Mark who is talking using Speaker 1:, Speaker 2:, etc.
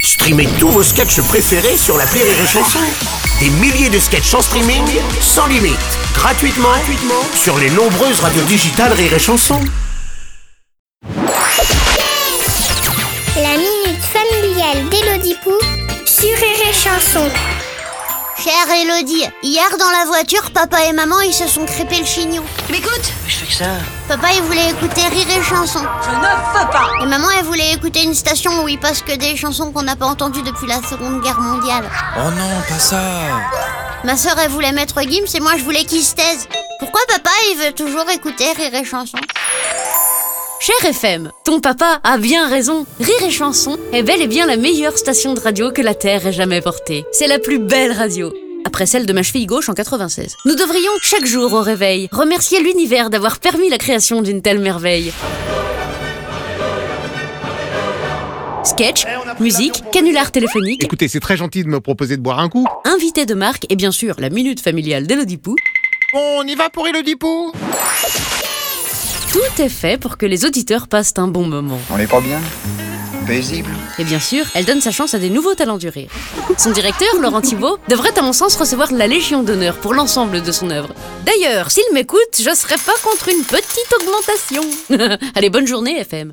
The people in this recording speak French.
Speaker 1: Streamez tous vos sketchs préférés sur la Rire et Chanson. Des milliers de sketchs en streaming, sans limite, gratuitement, gratuitement sur les nombreuses radios digitales Rire et Chanson.
Speaker 2: La minute familiale d'Élodie Pou sur Rire et Chanson.
Speaker 3: Chère Elodie, hier dans la voiture, papa et maman ils se sont crêpés le chignon.
Speaker 4: Mais écoute Je fais que ça.
Speaker 3: Papa il voulait écouter Rire et Chanson.
Speaker 4: Je ne veux pas
Speaker 3: Et maman elle voulait écouter une station où il passe que des chansons qu'on n'a pas entendues depuis la seconde guerre mondiale.
Speaker 5: Oh non, pas ça
Speaker 3: Ma soeur elle voulait mettre Gims et moi je voulais qu'il se taise. Pourquoi papa il veut toujours écouter Rire et Chanson
Speaker 6: Cher FM, ton papa a bien raison. Rire et Chanson est bel et bien la meilleure station de radio que la Terre ait jamais portée. C'est la plus belle radio. Après celle de ma cheville gauche en 96. Nous devrions, chaque jour au réveil, remercier l'univers d'avoir permis la création d'une telle merveille. Sketch, musique, canular téléphonique,
Speaker 7: Écoutez, c'est très gentil de me proposer de boire un coup.
Speaker 6: invité de marque et bien sûr la minute familiale d'Elodie Pou.
Speaker 7: On y va pour Elodie Pou
Speaker 6: Tout est fait pour que les auditeurs passent un bon moment.
Speaker 8: On n'est pas bien Paisible
Speaker 6: Et bien sûr, elle donne sa chance à des nouveaux talents du rire. Son directeur, Laurent Thibault, devrait à mon sens recevoir la Légion d'honneur pour l'ensemble de son œuvre. D'ailleurs, s'il m'écoute, je serais pas contre une petite augmentation. Allez, bonne journée, FM.